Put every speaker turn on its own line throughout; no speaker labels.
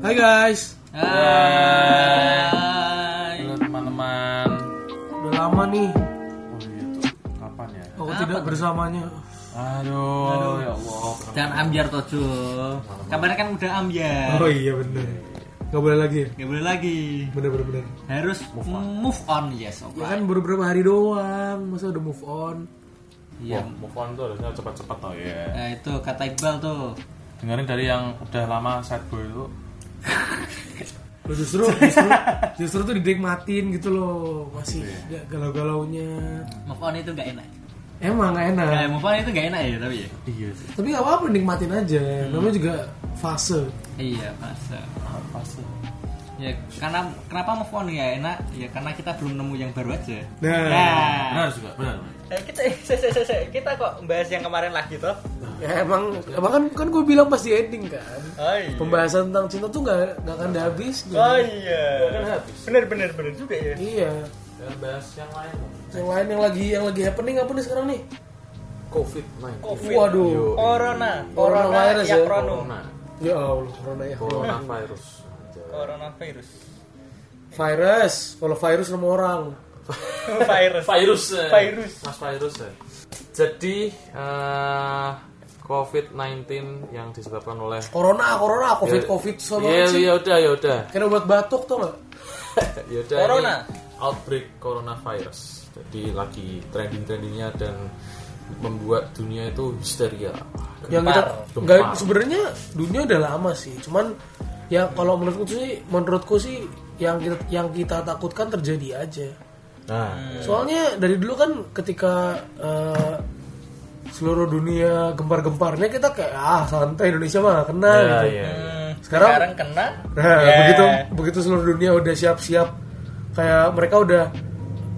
Hai guys,
Hai.
Halo teman-teman.
udah lama nih
Oh gitu. Kapan ya?
aku
Kenapa
tidak
tuh?
bersamanya.
Aduh, ya Allah.
Jangan ambiar Tojo. Kemarin kan udah ambiar.
Oh iya bener, nggak boleh lagi.
Gak boleh lagi.
Bener bener bener.
Harus move on, Iya yes.
Ya
Oke.
kan baru beberapa hari doang, masa udah move on.
Iya.
Wah, move on tuh harusnya cepat-cepat tau ya.
Nah, itu kata Iqbal tuh.
Dengerin dari yang udah lama sad boy itu.
Lo justru justru justru tuh dinikmatin gitu loh, masih nggak galau-galaunya.
Move on itu gak enak.
Emang nggak enak.
Eh, move on itu gak enak ya tapi ya.
Iya sih.
Tapi nggak apa-apa nikmatin aja. Namanya juga fase.
Iya, masa.
Apa sih?
Ya, karena kenapa move on ya enak? Ya karena kita belum nemu yang baru aja.
Nah.
Benar juga, benar. benar.
Eh, kita se- se- se- se- kita kok bahas yang kemarin lagi toh?
Ya emang, emang kan kan gue bilang pas di ending kan.
Oh iya.
Pembahasan tentang cinta tuh nggak nggak akan ada habisnya.
iya. Bener bener bener juga ya.
Iya.
Ya, bahas yang lain.
Yang lain yang lagi yang lagi happening apa nih sekarang nih?
Covid-19.
Covid.
Waduh.
Corona.
Coronavirus ya.
Corona.
Ya Allah, corona ya.
Coronavirus.
Coronavirus.
Virus, kalau virus sama orang.
Virus.
Virus. eh.
Virus.
Mas virus ya. Jadi eh, COVID-19 yang disebabkan oleh
Corona, corona, covid,
Ya-
covid, sama
Ya
sih.
ya udah ya udah.
Kena buat batuk tau nggak?
Yaudah,
Corona.
Ya ini outbreak coronavirus. Jadi lagi trending-trendingnya dan membuat dunia itu histeria.
Yang kita
Gempar.
nggak sebenarnya dunia udah lama sih. Cuman ya kalau menurutku sih, menurutku sih yang kita, yang kita takutkan terjadi aja.
Nah,
Hmm.
Soalnya dari dulu kan ketika eh, seluruh dunia gempar-gemparnya kita kayak ah santai Indonesia mah kena
ya,
gitu.
ya.
Sekarang-
Hmm, kena.
Nah, begitu begitu seluruh dunia udah siap-siap kayak mereka udah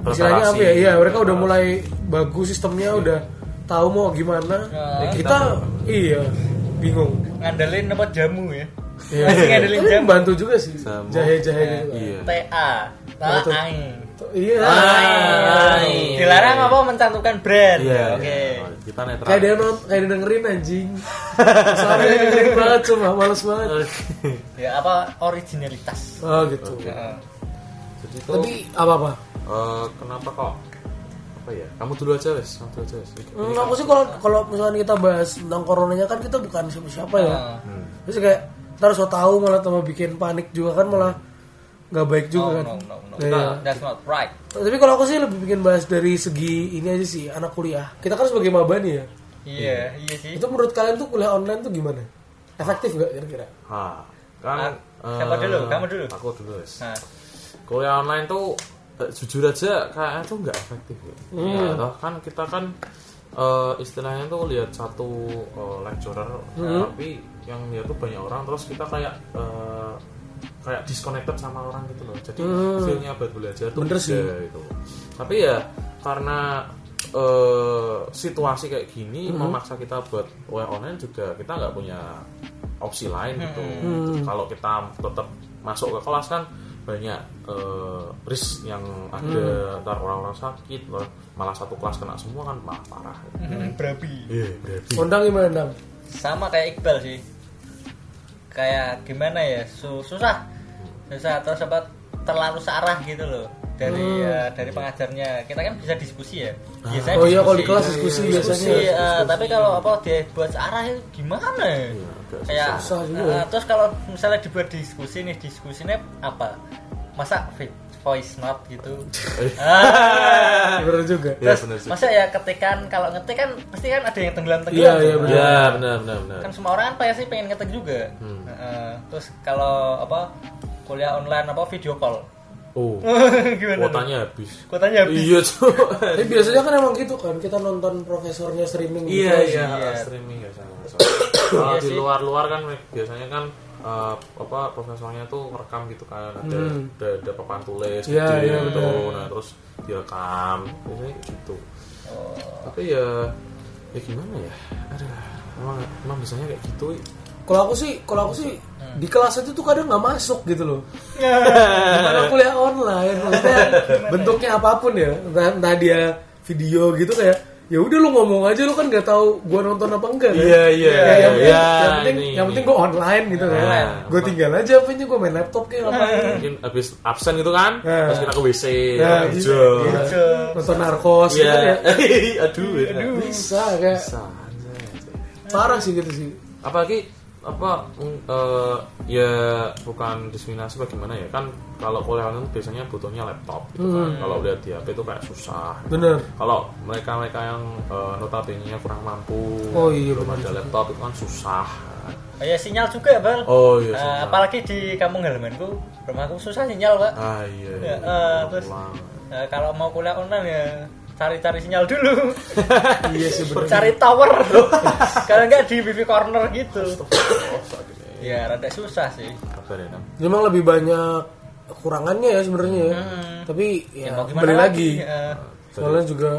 istilahnya apa ya?
Preparasi.
Iya, mereka udah mulai bagus sistemnya udah tahu mau gimana.
Ya,
kita, iya bingung.
ngandelin apa jamu ya?
Iya.
Masih ngandelin
Tapi
jam.
membantu juga sih.
Sama.
Jahe-jahe gitu.
Iya.
TA.
Betul. Iya.
Ah, iya.
Aing.
Dilarang apa mencantumkan brand.
Iya,
Oke.
iya. Kita netral.
Kayak dia non- kayak dia dengerin anjing. Soalnya dia dengerin banget cuma males banget.
Ya apa originalitas.
Oh gitu.
Heeh.
Jadi itu
Tapi apa-apa?
eh, kenapa kok? Apa ya? Kamu dulu aja wes, kamu dulu aja wes.
Hmm, aku sih kalau kalau misalkan kita bahas tentang coronanya kan kita bukan siapa-siapa ya.
Ah.
Terus kayak ntar so tahu malah tambah bikin panik juga kan malah nggak baik juga kan.
Oh, no, no, no.
Nah, iya.
That's not right.
Tapi kalau aku sih lebih bikin bahas dari segi ini aja sih anak kuliah. Kita kan sebagai maba nih ya.
Iya, iya sih.
Itu menurut kalian tuh kuliah online tuh gimana? Efektif nggak kira-kira?
Ha. Kan
Ah, siapa
eh,
dulu? Kamu dulu.
Aku dulu wes.
Nah,
kuliah online tuh eh, jujur aja kayaknya tuh nggak efektif ya.
Hmm.
Ya, toh kan kita kan eh, istilahnya tuh lihat satu eh, lecturer
Hmm.
tapi yang dia tuh banyak orang terus kita kayak eh, kayak disconnected sama orang gitu loh jadi feelnya buat belajar tuh
Hmm. Bener
beda
sih.
gitu tapi ya karena eh, situasi kayak gini
Mm-hmm.
memaksa kita buat kuliah online juga kita nggak punya opsi lain gitu
Mm-hmm.
kalau kita tetap masuk ke kelas kan banyak eh, risk yang ada
Mm-hmm.
ntar orang-orang sakit ntar malah satu kelas kena semua kan malah parah
berapi.
iya berarti
Oh,
Ondang gimana Ondang?
sama kayak Iqbal sih kayak gimana ya su- susah susah atau sempat terlalu searah gitu loh dari eh, dari pengajarnya kita kan bisa diskusi ya biasanya
Hmm. Oh iya kalau di
diskusi.
kelas diskusi
Diskusi,
biasanya.
eh, tapi kalau apa dia buat searah itu gimana ya
agak
kayak
susah juga
eh,
ya.
terus kalau misalnya dibuat diskusi nih diskusinya apa masa vi- voice note gitu ah,
Bener juga.
ya
terus
benar sih
masa ya ketikan kalau ngetik kan pasti kan ada yang tenggelam
Iya,
tenggelam
iya, benar.
ya benar benar benar
kan semua orang kan pasti pengen ngetik juga
Hmm.
Heeh. terus kalau apa kuliah online apa video call
oh
gimana
kuotanya habis
kuotanya habis
iya tuh
Tapi biasanya kan emang gitu kan kita nonton profesornya streaming gitu.
iya iya
iya.
streaming nggak salah, nggak salah. kalau
Iya
di
sih.
luar-luar kan biasanya kan eh, apa profesornya tuh rekam gitu kan ada ada, ada papan tulis
Hmm. Iya,
gede
iya,
gitu
benar.
nah terus direkam biasanya gitu tapi ya ya gimana ya aduh emang emang biasanya kayak gitu i.
Kalau aku sih, kalau aku sih di kelas itu tuh kadang nggak masuk gitu loh. Gimana kuliah online? Maksudnya bentuknya apapun ya, entah, entah dia video gitu kayak ya udah lu ngomong aja lu kan nggak tahu gua nonton apa enggak kan?
Iya,
Ya,
iya,
yang,
iya,
yang penting
ini,
yang
ini.
penting gua online gitu kan
Nah,
gua tinggal aja apanya gua main laptop kayak apa
mungkin habis absen gitu kan
Nah.
terus kita ke WC
Nah, gitu.
hijau
Iya. nonton narkos gitu
iya
kan ya
aduh ya.
bisa kayak
Bisa, anjay.
parah sih gitu sih
apalagi apa mm, eh, ya bukan diskriminasi bagaimana ya kan kalau kuliah online tuh biasanya butuhnya laptop gitu kan
Hmm.
kalau lihat di HP itu kayak susah
bener
kalau mereka mereka yang eh, notabene-nya kurang mampu
Oh, iya,
belum
benar
ada laptop itu kan susah
Oh, ya sinyal juga bal.
oh iya
Eh,
susah
apalagi di kampung halamanku, rumahku susah sinyal pak.
ah iya, iya.
Ya, eh,
Belum
terus-
pulang.
Eh, kalau mau kuliah online ya cari-cari sinyal dulu,
iya sih bener
cari tower. kalau nggak di BB corner gitu.
Oh, sakit ya.
Ya rada susah sih.
Kabar ya, Nam?
memang lebih banyak kekurangannya ya sebenarnya ya tapi ya,
Iya.
Ya, mau gimana
kembali lagi
Ya.
soalnya juga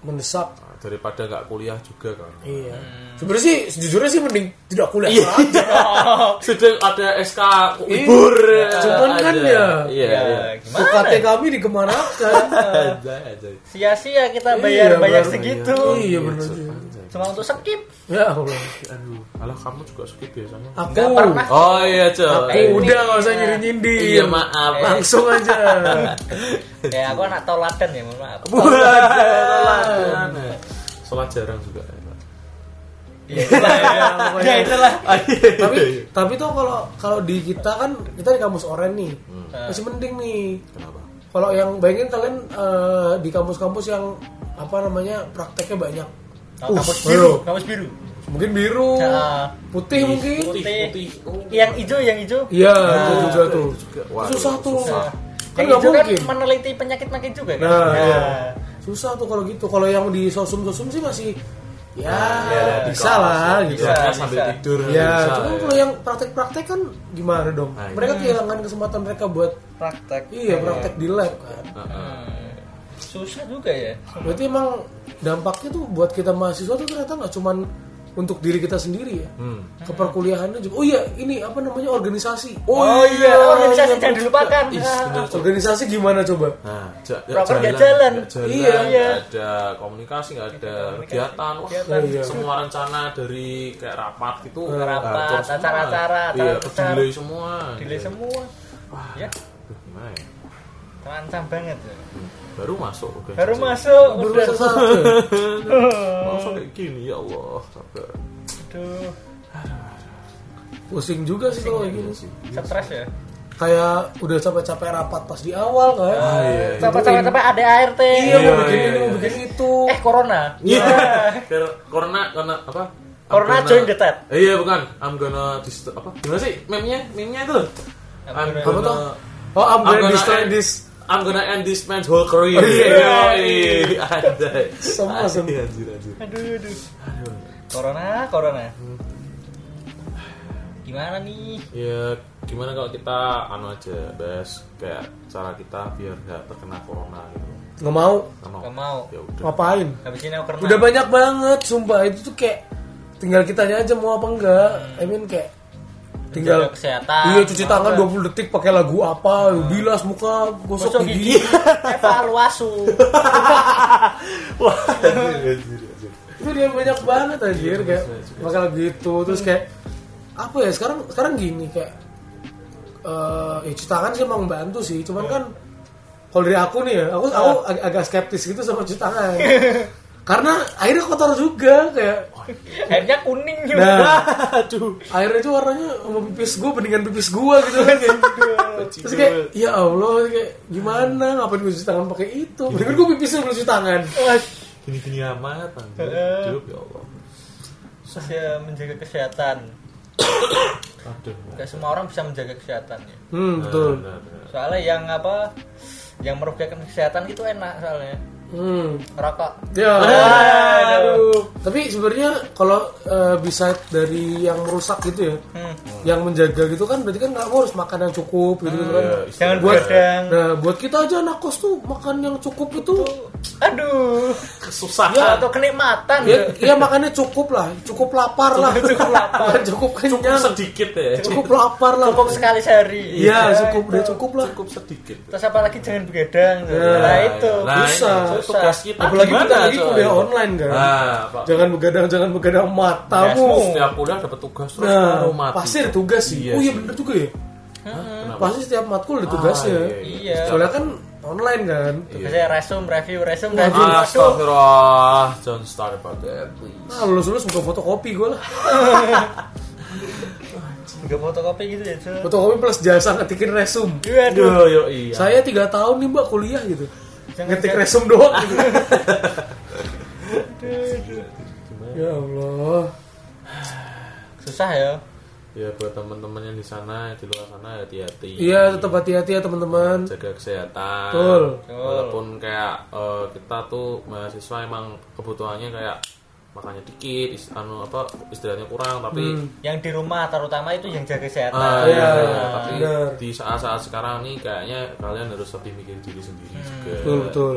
mendesak
Nah, daripada nggak kuliah juga kan
Iya.
Hmm.
Sebenarnya sih sejujurnya sih mending tidak kuliah
Iya.
aja.
sedang ada SK kok libur
Iya. Cuman kan ya.
iya
Ya,
iya
gimana?
UKT kami dikemanakan.
Anjay, anjay.
Sia-sia kita bayar
Iya,
bayar
Bal.
segitu.
Iya, bener juga.
anjay.
Cuma untuk skip.
ya Allah.
Aduh, alah kamu juga skip biasanya.
Aku
Nggak pernah.
Oh iya,
Aku
coy.
udah nggak usah nyindir nyindir.
Iya, maaf.
Langsung aja.
Ya aku anak toladan ya, mohon maaf.
Iya,
Bulan. Sholat jarang juga.
Ya itulah.
iya,
ya. Ya itulah.
Ah, iya,
Iya,
tapi tapi tuh kalau kalau di kita kan kita di kampus oren nih
Hmm.
masih mending nih.
Kenapa?
Kalau yang bayangin kalian eh, di kampus-kampus yang apa namanya prakteknya banyak.
Oh, kampus
Uh,
biru,
ayo.
kampus biru.
Mungkin biru,
Nah,
putih mungkin.
Putih.
Oh.
Yang hijau, yang hijau. Nah,
Iya, itu juga tuh.
juga. Waduh,
susah tuh.
susah.
Kan
Yang
nggak
hijau kan
mungkin.
meneliti penyakit makin juga kan.
Nah,
Ya.
iya. susah tuh kalau gitu. Kalau yang di sosum-sosum sih masih ya,
iya,
bisa lah gitu.
ya, Bisa,
Bisa,
sambil
bisa.
tidur.
Ya,
bisa,
cuman
ya.
kalau yang praktek-praktek kan gimana dong?
Nah, iya.
mereka kehilangan kesempatan mereka buat
Praktek.
iya praktek di lab kan.
Heeh.
Hmm. Susah juga ya.
Berarti emang dampaknya tuh buat kita mahasiswa tuh ternyata nggak cuman untuk diri kita sendiri ya.
Hmm.
Keperkuliahannya juga. Oh iya, ini apa namanya organisasi. Oh,
iya,
iya,
organisasi jangan dilupakan.
Ih,
Ah.
bener.
organisasi gimana coba?
Nah, ja-
Proper nggak jalan.
nggak jalan,
Iya.
nggak ada komunikasi, nggak ada kegiatan. Wah,
Kegiatan.
Iya.
Semua rencana dari kayak rapat gitu,
Rapat,
gacor semua.
acara-acara,
iya,
acara besar.
delay semua.
Delay
Iya.
semua.
Wah,
Ya.
aduh, gimana ya?
Terancam banget. ya.
Baru masuk udah.
Baru
jajan.
masuk
Baru
udah.
selesai.
Langsung kayak gini ya Allah, sabar.
Aduh,
Pusing juga sih kalau kayak gini.
stres ya.
kayak udah capek-capek rapat pas di awal kan.
iya, iya.
Sampai-sampai ada ART.
Iya, mau
Iya,
bikin
iya,
ini, mau
iya.
bikin itu.
Eh corona.
Iya. Kar- Corona karena apa? I'm
Corona
gonna-
join the tet.
Eh, Iya, bukan. I'm gonna dist- apa? Gimana sih? Meme-nya, meme-nya itu. loh.
I'm
I'm
gonna-
Apa
gonna
tuh? Oh, I'm
I'm
gonna
gonna
destroy
end-
this.
I'm gonna end this man's whole career.
Iya.
Yoi. Anjay.
Semua, semua.
Anjir, anjir, anjir.
Aduh, aduh.
Aduh.
Corona, corona. Gimana nih?
Ya gimana kalau kita anu aja, Bes, kayak cara kita biar nggak terkena corona gitu.
Nggak mau
Nggak mau.
Gak mau.
Ya udah.
ngapain?
Habis ini aku kena.
Nah.
Udah banyak banget, sumpah itu tuh kayak tinggal kitanya aja mau apa enggak. I mean kayak tinggal
Jaga kesehatan.
Iya cuci tangan 20 detik pakai lagu apa,
Nah.
bilas muka,
Gosok
gosok gigi.
gigi. Evaluasu.
Wah, anjir, anjir, anjir.
itu dia banyak banget anjir
Iya,
kayak
bisa juga.
bakal gitu terus kayak apa ya sekarang sekarang gini kayak eh ya cuci tangan sih emang bantu sih cuman
Iya.
kan kalau dari aku nih ya aku aku ag- agak skeptis gitu sama cuci tangan karena airnya kotor juga kayak
Akhirnya kuning juga.
nah
Aduh.
airnya itu warnanya sama pipis gue mendingan pipis gue gitu kan kayak terus kayak ya allah kayak gimana ngapain gue cuci tangan pakai itu
Iya.
mendingan gue pipisnya belum cuci tangan
Gini-gini amat anjir.
Heeh.
Hidup ya Allah.
Saya menjaga kesehatan.
Aduh.
Gak semua orang bisa menjaga kesehatan ya.
hmm
Nah,
betul
Benar, benar.
Soalnya yang apa yang merugikan kesehatan itu enak soalnya.
hmm
Rokok.
Ya,
Ah,
aduh. Tapi sebenarnya kalau eh, bisa dari yang merusak gitu ya,
Hmm.
yang menjaga gitu kan berarti kan kamu harus makan yang cukup gitu kan.
Ya,
Jangan
istilahnya-
begadang.
Nah buat kita aja anak kos tuh makan yang cukup itu
Aduh.
Ah.
kesusahan
Ya, atau kenikmatan
ya, ya
ya.
makannya cukup lah, cukup lapar lah, cukup lapar, cukup
cukup
kenyang,
sedikit ya
cukup lapar lah.
Cukup sekali sehari.
Iya cukup
itu.
udah cukup lah. Nah,
cukup sedikit
Terus apa lagi jangan begadang. tuh.
Ya.
Nah, itu.
nah, ini
Susah.
tugas kita
Apalagi
Gimana,
kita lagi
coy?
kuliah online kan.
nah Pak.
Jangan begadang, jangan begadang
Terus
matamu.
setiap kuliah dapat tugas terus
Nah,
baru mati
pasti ada tugas sih.
Iya
oh iya
sih.
bener juga ya.
Hah? Kenapa?
Pasti setiap matkul ada tugasnya.
Ah, iya,
Iya.
Soalnya kan online kan.
Biasanya resum, review, resum,
Waduh.
review. Aduh.
Astagfirullah Don't start about that please
Nah, lulus-lulus buka fotokopi gue lah.
Enggak fotokopi gitu ya, Cuk.
Fotokopi plus jasa ngetikin resum.
Aduh.
yo iya
Saya tiga tahun nih mbak kuliah gitu.
Jangan
Ngetik
jangan.
resum doang. gitu. ya Allah.
Susah ya.
ya buat teman-teman yang di sana di luar sana hati-hati
Iya tetap hati-hati ya teman-teman.
jaga kesehatan
Betul.
walaupun kayak eh, kita tuh mahasiswa emang kebutuhannya kayak makannya dikit is- anu apa istilahnya kurang tapi
Yang di rumah terutama itu yang jaga kesehatan.
Ah,
Hmm. Iya,
iya, iya. tapi
benar.
di saat-saat sekarang nih kayaknya kalian harus lebih mikir diri sendiri juga.
Betul betul.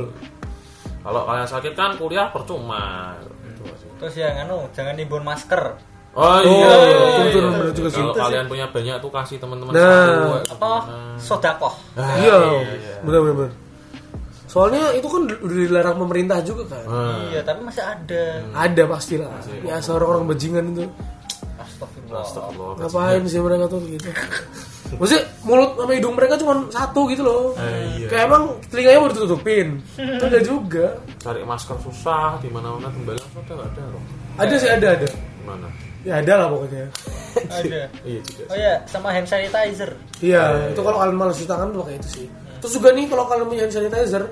Kalau kalian sakit kan kuliah percuma. Gitu nggak sih?
Terus yang anu, jangan nimbun masker.
Oh
Oh,
iya. iya,
betul,
iya.
betul, benar juga sih.
Kalau kalian punya banyak tuh kasih teman-teman
Nah.
satu, kayak gitu.
Apa? Sodakoh.
Ah,
Iya. Benar-benar. Soalnya itu kan udah dilarang pemerintah juga kan.
Ah,
Iya, tapi masih ada.
Ada pastilah. Ya seorang orang bajingan itu.
Astagfirullah.
Astagfirullah.
Ngapain sih mereka tuh gitu? Maksudnya mulut sama hidung mereka cuma satu gitu loh.
Ah,
Eh, iya.
Kayak emang telinganya mau ditutupin. Enggak juga.
Cari masker susah di mana-mana tembalang sudah nggak ada loh.
Ada sih ada ada.
Mana?
Ya ada lah pokoknya.
Ada.
Iya juga.
Oh iya, sama hand sanitizer.
Iya, itu kalau kalian malas cuci tangan pakai itu sih. Terus juga nih kalau kalian punya hand sanitizer,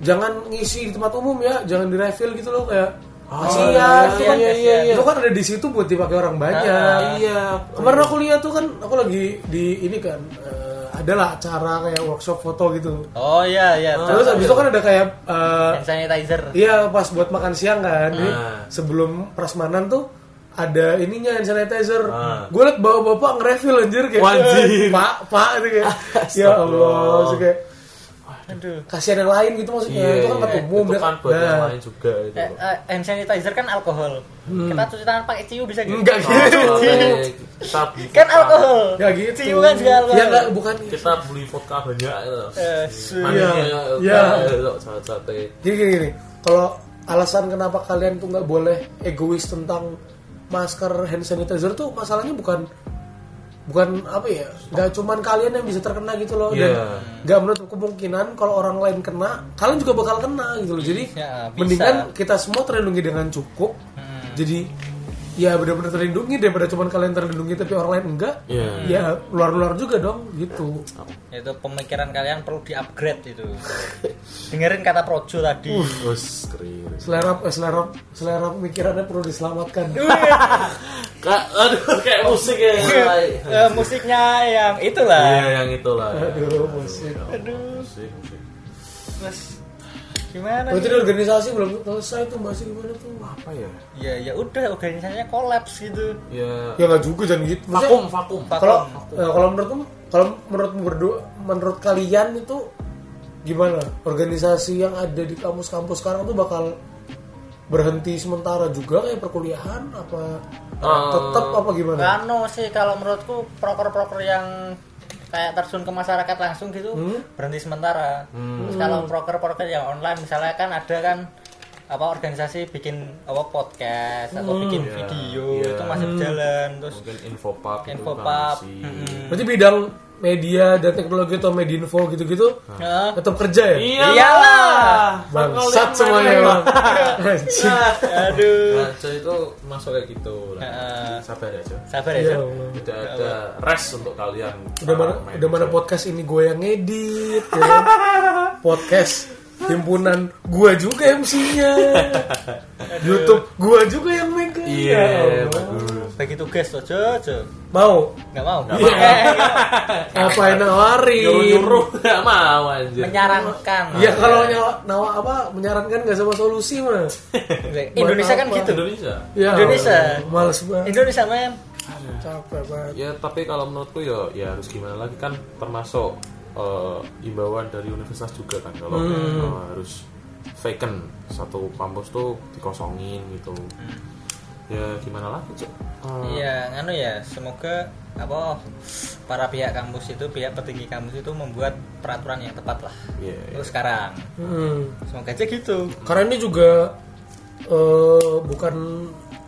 jangan ngisi di tempat umum ya, jangan di refill gitu loh kayak kasihan itu kan,
Ah, iya, iya,
itu kan ada di situ buat dipakai orang banyak.
Ah,
Iya.
Kemarin aku lihat tuh kan aku lagi di ini kan eh, adalah acara kayak workshop foto gitu.
Oh iya, iya.
Terus
Terus
habis itu kan ada kayak eh,
hand sanitizer.
Iya pas buat makan siang kan, Jadi,
Ah.
sebelum prasmanan tuh ada ininya hand sanitizer.
Ah.
Gue liat bawa bapak nge-refill anjir kayak
Wajir.
pak pak itu kayak ya Allah, terus kayak
Aduh.
kasihan yang lain gitu maksudnya
Iya,
itu kan tempat
iya.
umum
Itu
dia
kan buat yang
nah,
lain juga gitu itu.
Eh, eh, hand sanitizer kan alkohol. Kita cuci tangan pakai ciu bisa gitu.
enggak gitu,
Oh, boleh. Kita beli
Kan
vodka.
alkohol.
enggak gitu.
Ciu kan juga alkohol.
Ya enggak bukan.
Kita beli vodka banyak gitu.
Eh, su-
Mandinya
Iya.
gitu,
Iya.
gitu, sate-sate.
Jadi gini, gini. kalau alasan kenapa kalian tuh nggak boleh egois tentang masker hand sanitizer tuh masalahnya bukan bukan apa ya nggak cuman kalian yang bisa terkena gitu loh dan
Iya.
nggak menutup kemungkinan kalau orang lain kena kalian juga bakal kena gitu loh jadi
Ya, bisa. Hmm.
mendingan kita semua terlindungi dengan cukup jadi ya benar-benar terlindungi daripada cuman kalian terlindungi tapi orang lain enggak
Iya.
ya luar-luar juga dong gitu
itu pemikiran kalian perlu di-upgrade itu. Dengerin kata Projo tadi.
Uh.
Terus keren.
selera eh, selera selera pemikirannya perlu diselamatkan
Kayak aduh kayak musik ya.
Iya.
Eh, musiknya yang
Iya,
itulah.
yang itulah. ya.
Aduh, musik.
Adulah, Musik, musik.
Terus gimana?
Berarti
nih?
di organisasi belum selesai tuh masih gimana tuh?
Apa ya?
Ya ya udah organisasinya kolaps gitu.
Ya
Ya nggak juga jangan gitu. Maksudnya,
vakum, vakum.
kalau
Kalau
eh, kalau menurutmu kalau menurutmu berdua menurut kalian itu gimana organisasi yang ada di kampus-kampus sekarang tuh bakal berhenti sementara juga kayak perkuliahan apa tetap apa gimana?
Kano Anu sih kalau menurutku proker-proker yang kayak terjun ke masyarakat langsung gitu
Hmm?
berhenti sementara. Terus kalau proker-proker yang online misalnya kan ada kan apa organisasi bikin apa podcast atau bikin
Iya,
video
iya.
itu masih berjalan terus Hmm.
Mungkin info pub itu
Info
Oh, gitu kan
pub.
masih-
Berarti bidang media dan teknologi atau medinfo gitu-gitu
Heeh.
tetap kerja ya?
Iya.
Iya Iyalah.
Bangsat semuanya emang. Anjing.
Aduh.
Nah, so itu masuk kayak gitu. lah.
Heeh.
Sabar aja.
Sabar ya.
Ya
Cuk.
Allah.
Tidak ada rest untuk kalian.
udah mana
para
udah mana
manajer.
podcast ini gue yang edit ya kan? podcast himpunan gue juga MC-nya YouTube gue juga yang megang
Iya,
Ya Allah.
bagus.
bagi tugas tuh jojo
mau
nggak mau
Nggak mau.
Eh,
ngapain nawarin
nyuruh-nyuruh nggak mau anjir
menyarankan
Iya.
ya kalau nyawa nawa apa menyarankan nggak sama solusi mah
Indonesia kan
Buat
gitu
Indonesia
ya
Indonesia.
Allah, males banget
Indonesia men
Iya.
capek banget
ya tapi kalau menurutku ya ya harus gimana lagi kan termasuk eh, imbauan dari universitas juga kan kalau
Hmm.
eh, harus vacant satu kampus tuh dikosongin gitu ya gimana lagi cok Eh,
Iya, anu ya, semoga apa para pihak kampus itu, pihak petinggi kampus itu membuat peraturan yang tepat lah.
Iya, iya.
Terus sekarang,
Hmm.
semoga aja gitu.
karena ini juga eh, bukan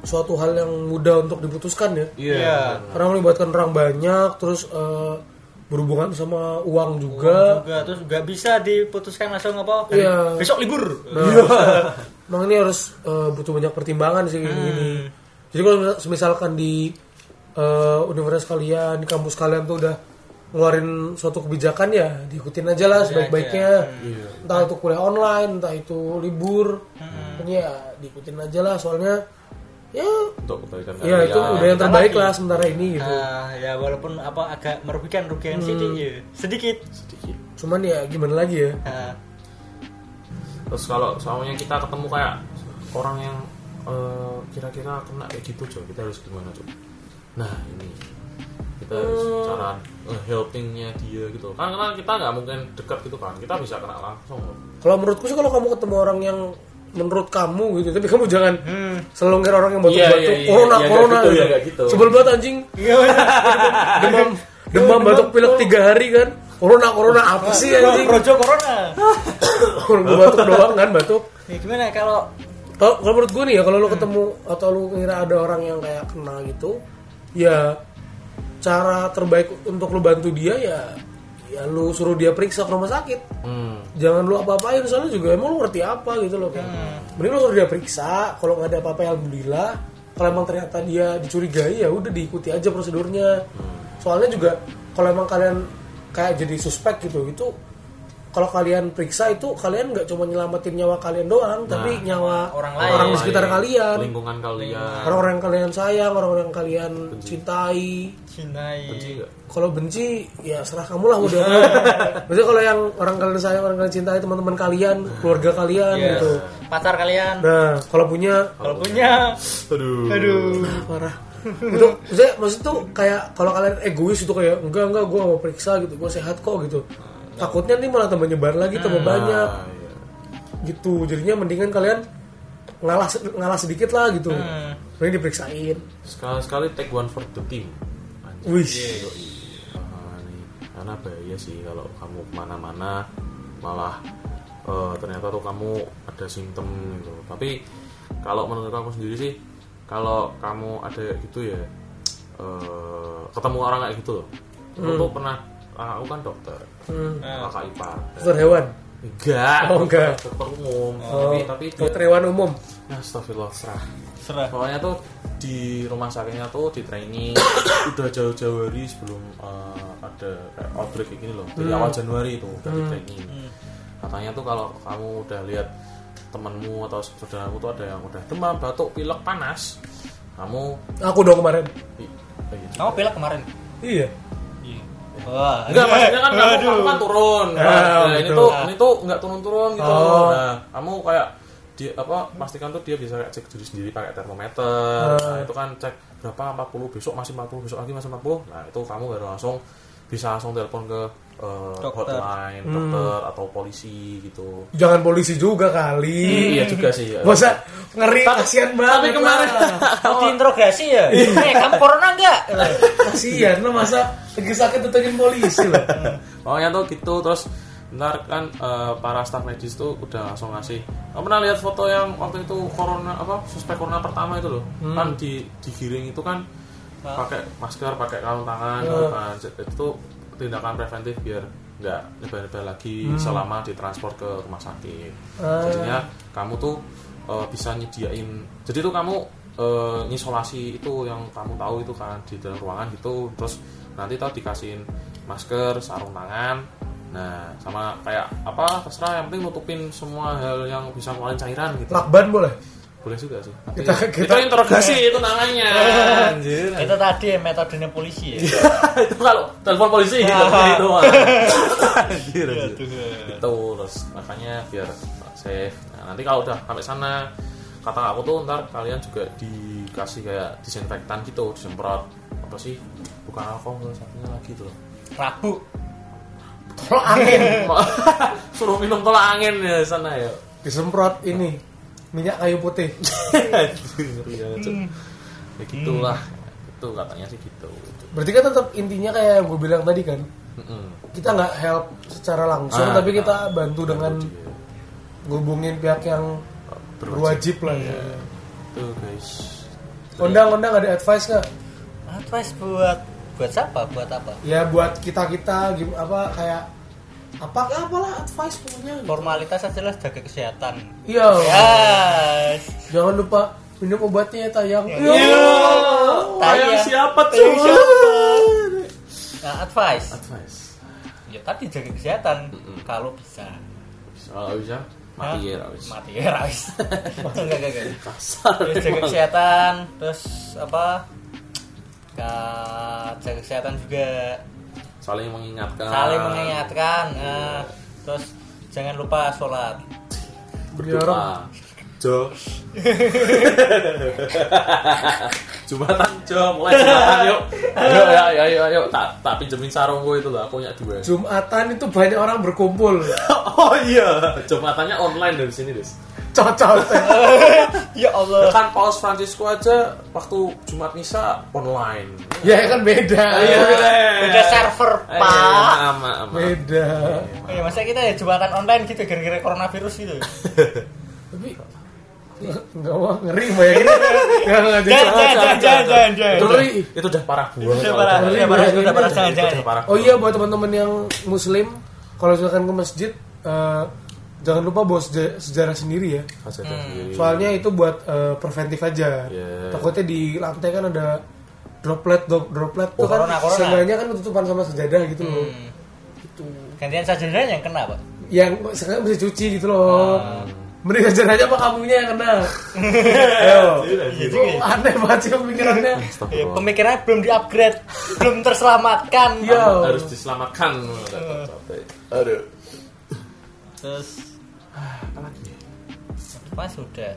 suatu hal yang mudah untuk diputuskan ya
Iya.
karena melibatkan orang banyak terus eh, berhubungan sama uang juga
Juga terus nggak bisa diputuskan langsung apa? hari-
Iya.
Besok libur.
emang ini harus eh, butuh banyak pertimbangan sih kayak gini jadi kalau misal- misalkan di eh, universitas kalian di kampus kalian tuh udah ngeluarin suatu kebijakan ya diikutin aja lah sebaik-baiknya entah itu kuliah online entah itu libur Pokoknya ya diikutin aja lah soalnya ya
untuk kebaikan
Ya
kalian.
itu udah yang terbaik lah sementara ini gitu.
Nah, ya walaupun apa agak merugikan rugian sedikit, ya. sedikit.
sedikit
Cuman ya gimana lagi ya?
Nah,
terus kalau soalnya kita ketemu kayak orang yang eh, kira-kira kena kayak gitu cok kita harus gimana cok nah ini kita harus cara eh, helpingnya dia gitu kan karena kita nggak mungkin dekat gitu kan kita bisa kena langsung loh.
Kalau menurutku sih kalau kamu ketemu orang yang menurut kamu gitu, tapi kamu jangan selalu ngira orang yang batuk-batuk
Iya, iya, iya.
corona
Ya, nggak
corona
gitu, ya, nggak gitu.
Sebel banget anjing.
Iya,
demam demam batuk pilek tiga hari kan. Corona corona apa sih anjing?
projo corona.
Orang gua batuk doang kan batuk.
Ya, gimana kalau
Kalau kalau menurut gue nih ya kalau lu ketemu atau lu ngira ada orang yang kayak kena gitu, ya cara terbaik untuk lu bantu dia ya ya lu suruh dia periksa ke rumah sakit.
hmm.
Jangan lu apa-apain soalnya juga emang lu ngerti apa gitu loh kan.
Hmm.
Mending lu suruh dia periksa, kalau nggak ada apa-apa ya alhamdulillah. Kalau emang ternyata dia dicurigai ya udah diikuti aja prosedurnya.
Hmm.
Soalnya juga kalau emang kalian kayak jadi suspek gitu itu kalau kalian periksa itu kalian nggak cuma nyelamatin nyawa kalian doang, tapi nyawa
Nah, orang lain. Iya,
orang di sekitar kalian,
lingkungan kalian
orang-orang yang kalian sayang, orang-orang yang kalian cintai.
cintai
Benci nggak?
Kalau benci ya serah kamu lah udah. Maksudnya kalau yang orang kalian sayang, orang kalian cintai, teman-teman kalian, keluarga kalian
Yes.
gitu.
Iya. pacar kalian?
Nah, kalau punya
Kalau punya,
aduh
aduh.
ah, parah. itu maksudnya maksud tuh kayak kalau kalian egois itu kayak enggak enggak gue mau periksa gitu, gue sehat kok gitu. Takutnya nih malah tambah nyebar lagi, tambah banyak.
Nah, iya.
gitu jadinya mendingan kalian ngalah ngalah sedikit lah gitu
Hmm.
Hmm.
mending diperiksain
sekali-sekali take one for the team Anjir.
wih
Ah, nih. karena bahaya sih kalau kamu kemana-mana malah eh, ternyata tuh kamu ada simptom gitu tapi kalau menurut aku sendiri sih kalau kamu ada kayak gitu ya eh, ketemu orang kayak gitu loh Aku tuh pernah aku kan dokter
hmm.
kakak ipar
dokter hewan
enggak
Oh, enggak.
dokter umum
oh,
tapi tapi dia
dokter hewan umum
Astagfirullah serah
Serah.
pokoknya tuh di rumah sakitnya tuh di training udah jauh-jauh hari sebelum eh, ada kayak outbreak kayak gini loh dari awal Januari itu udah di training katanya tuh kalau kamu udah lihat temenmu atau saudaraku tuh ada yang udah demam batuk pilek panas kamu
aku dong kemarin
i- eh, iya.
Kamu pilek kemarin?
iya
Wah, iya.
Enggak, maksudnya kan kamu, kamu kan turun. Nah, nah, ini
betul.
tuh ini tuh enggak turun-turun gitu.
Oh.
Nah, kamu kayak dia apa pastikan tuh dia bisa kayak cek diri sendiri pakai termometer. Nah, itu kan cek berapa 40 besok masih 40 besok lagi masih 40. Nah, itu kamu baru langsung bisa langsung telepon ke eh,
Dokter.
hotline dokter atau polisi gitu.
jangan polisi juga kali
Iya juga sih. ya.
masa ngeri kasihan banget
Tapi kemarin
lah.
Mau diinterogasi ya?
Iya.
Eh, kamu corona enggak?
kasihan lo masa lagi sakit tutupin polisi lo
Hmm. Pokoknya tuh gitu terus ntar kan eh, para staf medis tuh udah langsung ngasih. Kamu pernah lihat foto yang waktu itu corona apa suspek corona pertama itu loh. Kan di digiring itu kan pakai masker, pakai kalung tangan gitu kan. Itu tindakan preventif biar nggak nyebar-nyebar lagi selama ditransport ke rumah sakit. Jadinya kamu tuh eh, bisa nyediain. Jadi tuh kamu eh, ngisolasi itu yang kamu tahu itu kan di dalam ruangan gitu. Terus nanti tau dikasihin masker, sarung tangan. Nah, sama kayak apa terserah yang penting nutupin semua hal yang bisa ngeluarin cairan gitu.
lakban boleh
boleh juga sih. Tapi
Nah, Kita-
ya,
kita-
itu interogasi itu namanya. Anjir.
itu tadi ya, metodenya polisi ya
Iya. itu kalau telepon polisi gitu itu. mah. Anjir. anjir. Itu terus makanya biar safe. Nah, nanti kalau udah sampai sana kata aku tuh ntar kalian juga dikasih kayak disinfektan gitu disemprot apa sih bukan alkohol satunya lagi tuh
rabu tolak angin
suruh minum tolak angin ya sana ya
disemprot ini minyak kayu putih
Ngeri banget, Cuk. ya gitulah itu katanya sih gitu
berarti kan tetap intinya kayak yang gue bilang tadi kan
Mm-mm.
kita nggak help secara langsung
Ah,
tapi
nah.
kita bantu dengan ngubungin pihak yang berwajib, lah ya.
Iya. itu guys
Undang-undang ada advice nggak?
advice Nah, buat buat siapa buat apa
Ya buat kita kita apa kayak apa apalah advice pokoknya.
formalitas adalah jaga kesehatan
Iya.
yes
Jangan lupa minum obatnya ya tayang.
Iya.
tayang
Tayang.
siapa tuh
nah, advice
advice
ya tadi jaga kesehatan kalau bisa
kalau nggak bisa mati ya harus
mati ya Rais enggak enggak enggak
kasar
terus jaga
emang.
kesehatan terus apa ya, jaga kesehatan juga
saling mengingatkan
saling mengingatkan nah, terus jangan lupa sholat
Biar-
berdoa Jo Jumatan Jo mulai Jumatan yuk ayo ya, ayo ayo ayo, ayo. tak tak pinjemin sarungku itu loh aku punya dua
Jumatan itu banyak orang berkumpul.
oh iya Jumatannya online dari sini Des
Cocok.
ya
Ya
Allah
kan Paus Francisco aja waktu Jumat Misa online
ya kan beda.
udah server
Eh,
pak
maaf, maaf, maaf.
Beda.
Oh ya masa kita ya jumatan online gitu gara-gara coronavirus gitu
Tapi nggak wah ngeri bayangin. Nggak, nggak, jadi.
Jangan, jangan, jangan, jangan, jangan.
Itu udah,
Ngeri.
itu udah parah banget
Udah
kalau
parah,
itu.
udah parah, udah parah, jangan,
Itu
jangan
udah parah
Oh iya buat teman-teman yang muslim kalau misalkan ke masjid eh, jangan lupa bawa seja- sejarah sendiri ya.
Kasih aja
Hmm.
sendiri.
Soalnya itu buat eh, preventif aja.
Iya.
Takutnya di lantai kan ada droplet do- droplet tuh kan
Oh, corona, corona. Hmm.
seenggaknya kan ketutupan sama sejadah gitu loh. Gitu.
gantian sajadah yang kena pak
Yang sekarang bisa cuci gitu loh.
Ah.
Mending sejarahnya apa kamunya yang kena. Ayo.
Iya,
Itu aneh banget sih pemikirannya.
Ya,
Astagfirullah.
pemikirannya belum di-upgrade, belum terselamatkan.
Iya.
harus diselamatkan aduh
Terus
apa lagi
apa sudah?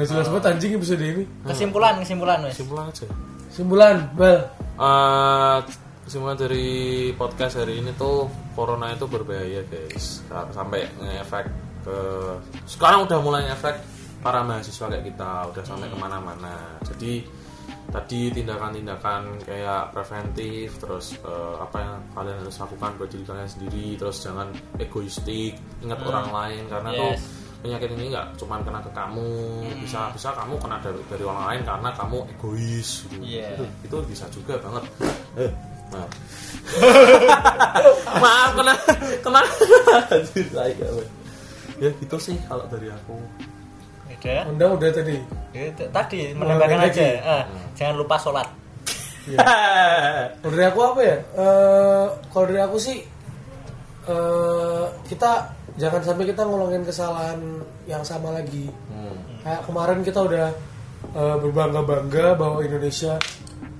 Gak jelas banget anjing episode ini.
Kesimpulan, kesimpulan wes.
kesimpulan aja
Simbulan, Bal.
Eh, kesimpulan dari podcast hari ini tuh corona itu berbahaya guys sampai ngefek ke sekarang udah mulai ngefek para mahasiswa kayak kita udah sampai kemana-mana jadi tadi tindakan-tindakan kayak preventif terus eh, apa yang kalian harus lakukan buat diri kalian sendiri terus jangan egoistik ingat orang lain karena tuh
Yes.
penyakit ini nggak cuma kena ke kamu bisa bisa kamu kena dari, dari orang lain karena kamu egois gitu.
Iya.
Itu, itu bisa juga banget Eh, maaf maaf kena kena Anjir, tai banget. ya gitu sih kalau dari aku
Udah.
Undang udah tadi.
Itu tadi menambahkan
lagi.
aja. Eh, jangan lupa sholat.
Kalau dari aku apa ya? Eh, kalau dari aku sih eh kita jangan sampai kita ngulangin kesalahan yang sama lagi.
Hmm.
Kayak kemarin kita udah eh, berbangga-bangga bahwa Indonesia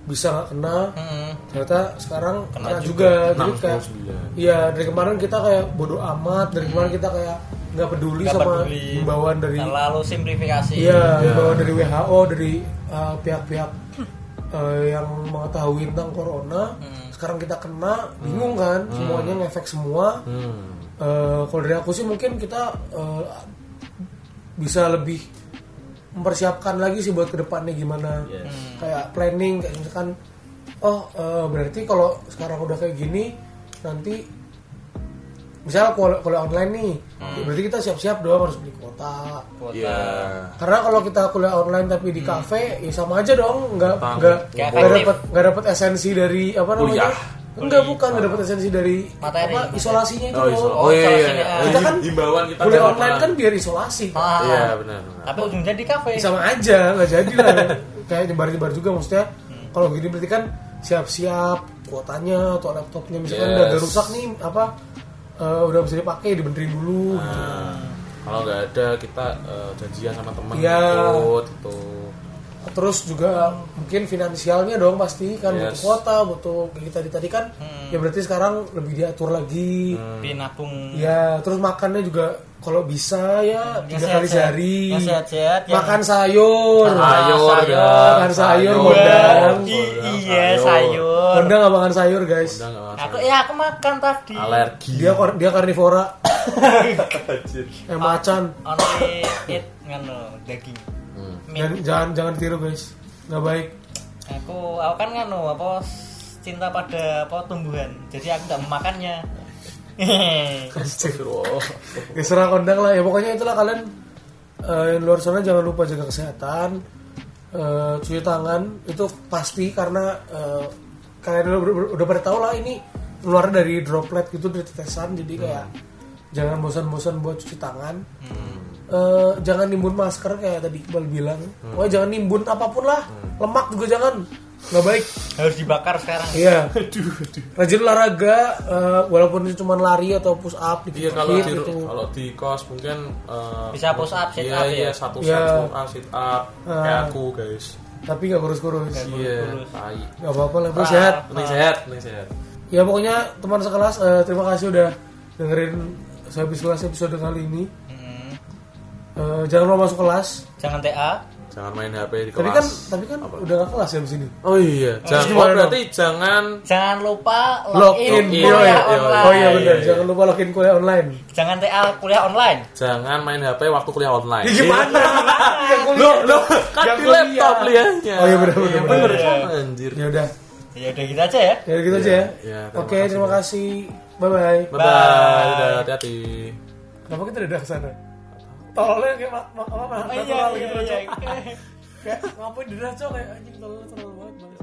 bisa nggak kena.
Hmm.
Ternyata sekarang kena,
Kena
juga. Jadi
69.
kayak- Iya, dari kemarin kita kayak bodoh amat, dari kemarin kita kayak nggak peduli
Nggak
sama
peduli.
himbauan dari
Terlalu simplifikasi.
Iya,
Iya.
himbauan dari WHO dari uh, pihak-pihak uh, yang mengetahui tentang corona.
Hmm.
Sekarang kita kena, bingung kan? Semuanya ngefek semua.
Hmm.
Uh, kalau dari aku sih mungkin kita uh, bisa lebih mempersiapkan lagi sih buat kedepannya gimana. Hmm.
Yes.
Kayak planning, kayak misalkan, oh uh, berarti kalau sekarang udah kayak gini, nanti misal kalau kalau online nih,
Hmm.
berarti kita siap-siap doang harus beli kuota.
Kuota.
Iya.
Karena kalau kita kuliah online tapi di
Hmm.
kafe, ya sama aja dong, nggak
Paham.
nggak
Nggak
nggak
efektif.
dapat nggak dapat esensi dari apa namanya?
Kuliah.
Enggak bukan nggak dapat esensi dari
Materi.
apa isolasinya itu
Oh,
loh.
isolasi.
Oh,
oh iya, iya,
isolasi,
iya.
ah.
Kita kan
himbauan kita
Kuliah
jangan
online
kena.
kan biar isolasi.
Ah.
iya benar benar.
Tapi ujungnya di kafe.
Sama aja nggak jadi lah. Kayak nyebar-nyebar juga maksudnya.
Hmm.
Kalau gini berarti kan siap-siap kuotanya atau laptopnya misalkan
Yes. Ah.
udah agak rusak nih apa eh, udah bisa dipakai dibenerin dulu gitu.
kalau nggak ada kita eh, janjian sama teman
Iya.
ikut gitu
terus juga mungkin finansialnya dong pasti kan
Yes.
butuh kuota butuh kayak kita tadi tadi kan
Hmm.
ya berarti sekarang lebih diatur lagi
Tapi nabung
ya terus makannya juga kalau bisa ya
Ya,
tiga
sehat-sehat.
kali sehari
Ya, sehat-sehat, ya.
makan sayur
Ah, sayur,
ya.
makan
Iya,
sayur, modal.
Wah, i- iya sayur.
Honda nggak makan sayur guys
Udah nggak masalah.
Aku ya aku makan tadi.
alergi
dia kor- dia karnivora
Anjir.
eh
Ah,
macan
Ono eat ngano daging.
Hmm.
jangan
Meat.
jangan, jangan tiru guys nggak baik
Aku aku kan ngano apa s- cinta pada apa tumbuhan. Jadi aku nggak memakannya.
Astagfirullah.
ya serah kondang lah ya pokoknya itulah kalian eh, yang luar sana jangan lupa jaga kesehatan Eh, cuci tangan itu pasti karena eh, kalian udah, udah- udah pada tahu lah ini keluar dari droplet gitu dari tetesan jadi
Hmm.
kayak jangan bosan-bosan buat cuci tangan
Hmm.
Eh, jangan nimbun masker kayak tadi Iqbal bilang
Hmm.
oh jangan nimbun apapun lah lemak juga jangan nggak baik
Harus dibakar sekarang.
Iya. Rajin olahraga eh, walaupun itu cuma lari atau push up dikit
Iya kalau di
gitu.
kalau di kos mungkin eh,
Bisa push up, sit
iya,
up, ya?
iya, satu
Iya. Ah.
set push up, sit up. Kayak aku guys.
Tapi nggak kurus-kurus.
Iya, tai. Ah.
Nggak apa-apa lah, penting sehat.
Penting sehat, penting sehat.
Ya pokoknya teman sekelas eh, terima kasih udah dengerin sehabis kelas episode kali ini.
Mm-mm.
Eh, jangan lupa masuk kelas.
Hmm. Jangan TA.
Jangan main HP di
Tapi
kelas.
kan tapi kan udah nggak kelas ya di sini.
Oh iya, jangan
gimana
oh,
dong?
berarti jangan
Jangan lupa
Login
login
Login.
kuliah
kuliah
Iya, iya,
online.
Oh iya
Iya,
benar,
iya.
jangan lupa login kuliah online.
Jangan TA kuliah online.
jangan main HP waktu kuliah online.
Ya, gimana? Yang kuliah.
Loh, loh, kan
Yang
di
kuliah.
laptop kuliahnya.
Oh iya benar benar. benar.
bener kan anjir.
Ya udah,
Ya udah gitu aja ya.
ya gitu aja ya.
iya, terima
Oke,
kasih,
terima kasih. Bye bye.
Bye bye, Dadah, hati-hati.
Kenapa kita udah ke sana? Tololnya kayak
哎
ma- ma- apa ma- natural gitu loh, Cok.
iya.
Kayak ngapain di kayak anjing tololnya terlalu banget. Bang.